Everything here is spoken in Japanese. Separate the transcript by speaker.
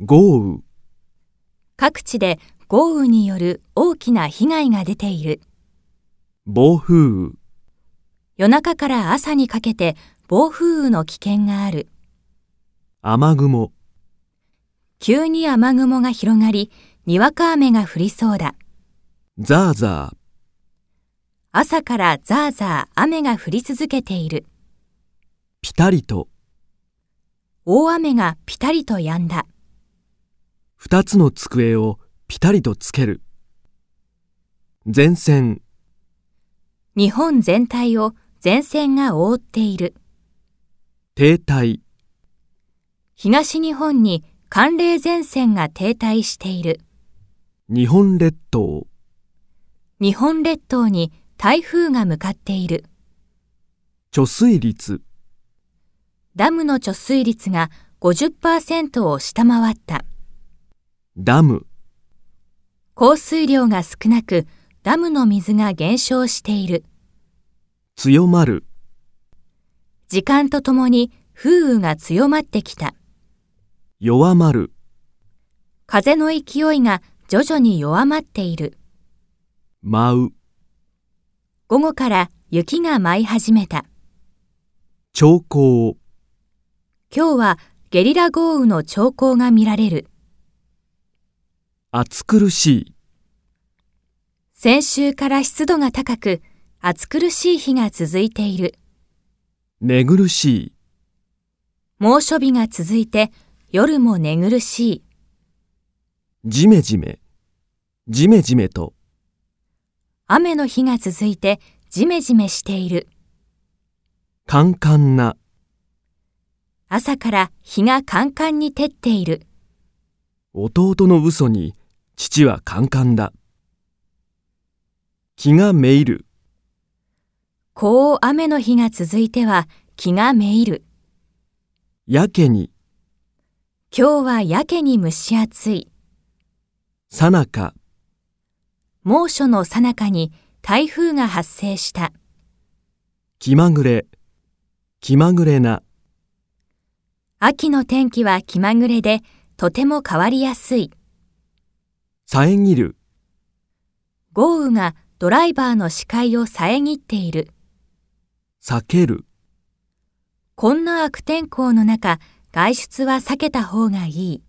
Speaker 1: 豪雨、
Speaker 2: 各地で豪雨による大きな被害が出ている。
Speaker 1: 暴風雨、
Speaker 2: 夜中から朝にかけて暴風雨の危険がある。
Speaker 1: 雨雲、
Speaker 2: 急に雨雲が広がり、にわか雨が降りそうだ。
Speaker 1: ザーザー、
Speaker 2: 朝からザーザー雨が降り続けている。
Speaker 1: ピタリと、
Speaker 2: 大雨がピタリと止んだ。
Speaker 1: 二つの机をピタリとつける。前線、
Speaker 2: 日本全体を前線が覆っている。
Speaker 1: 停滞、
Speaker 2: 東日本に寒冷前線が停滞している。
Speaker 1: 日本列島、
Speaker 2: 日本列島に台風が向かっている。
Speaker 1: 貯水率、
Speaker 2: ダムの貯水率が50%を下回った。
Speaker 1: ダム、
Speaker 2: 降水量が少なく、ダムの水が減少している。
Speaker 1: 強まる、
Speaker 2: 時間とともに風雨が強まってきた。
Speaker 1: 弱まる、
Speaker 2: 風の勢いが徐々に弱まっている。
Speaker 1: 舞う、
Speaker 2: 午後から雪が舞い始めた。
Speaker 1: 兆候、
Speaker 2: 今日はゲリラ豪雨の兆候が見られる。
Speaker 1: 暑苦しい、
Speaker 2: 先週から湿度が高く、暑苦しい日が続いている。
Speaker 1: 寝苦しい、
Speaker 2: 猛暑日が続いて、夜も寝苦しい。
Speaker 1: じめじめ、じめじめと、
Speaker 2: 雨の日が続いて、ジメジメしている。
Speaker 1: カンカンな、
Speaker 2: 朝から日がカンカンに照っている。
Speaker 1: 弟の嘘に、父はカンカンだ。気がめいる、
Speaker 2: こう雨の日が続いては気がめいる。
Speaker 1: やけに、
Speaker 2: 今日はやけに蒸し暑い。
Speaker 1: さなか、
Speaker 2: 猛暑の最中に台風が発生した。
Speaker 1: 気まぐれ、気まぐれな、
Speaker 2: 秋の天気は気まぐれで、とても変わりやすい。
Speaker 1: 遮る、
Speaker 2: 豪雨がドライバーの視界を遮っている。
Speaker 1: 避ける、
Speaker 2: こんな悪天候の中、外出は避けた方がいい。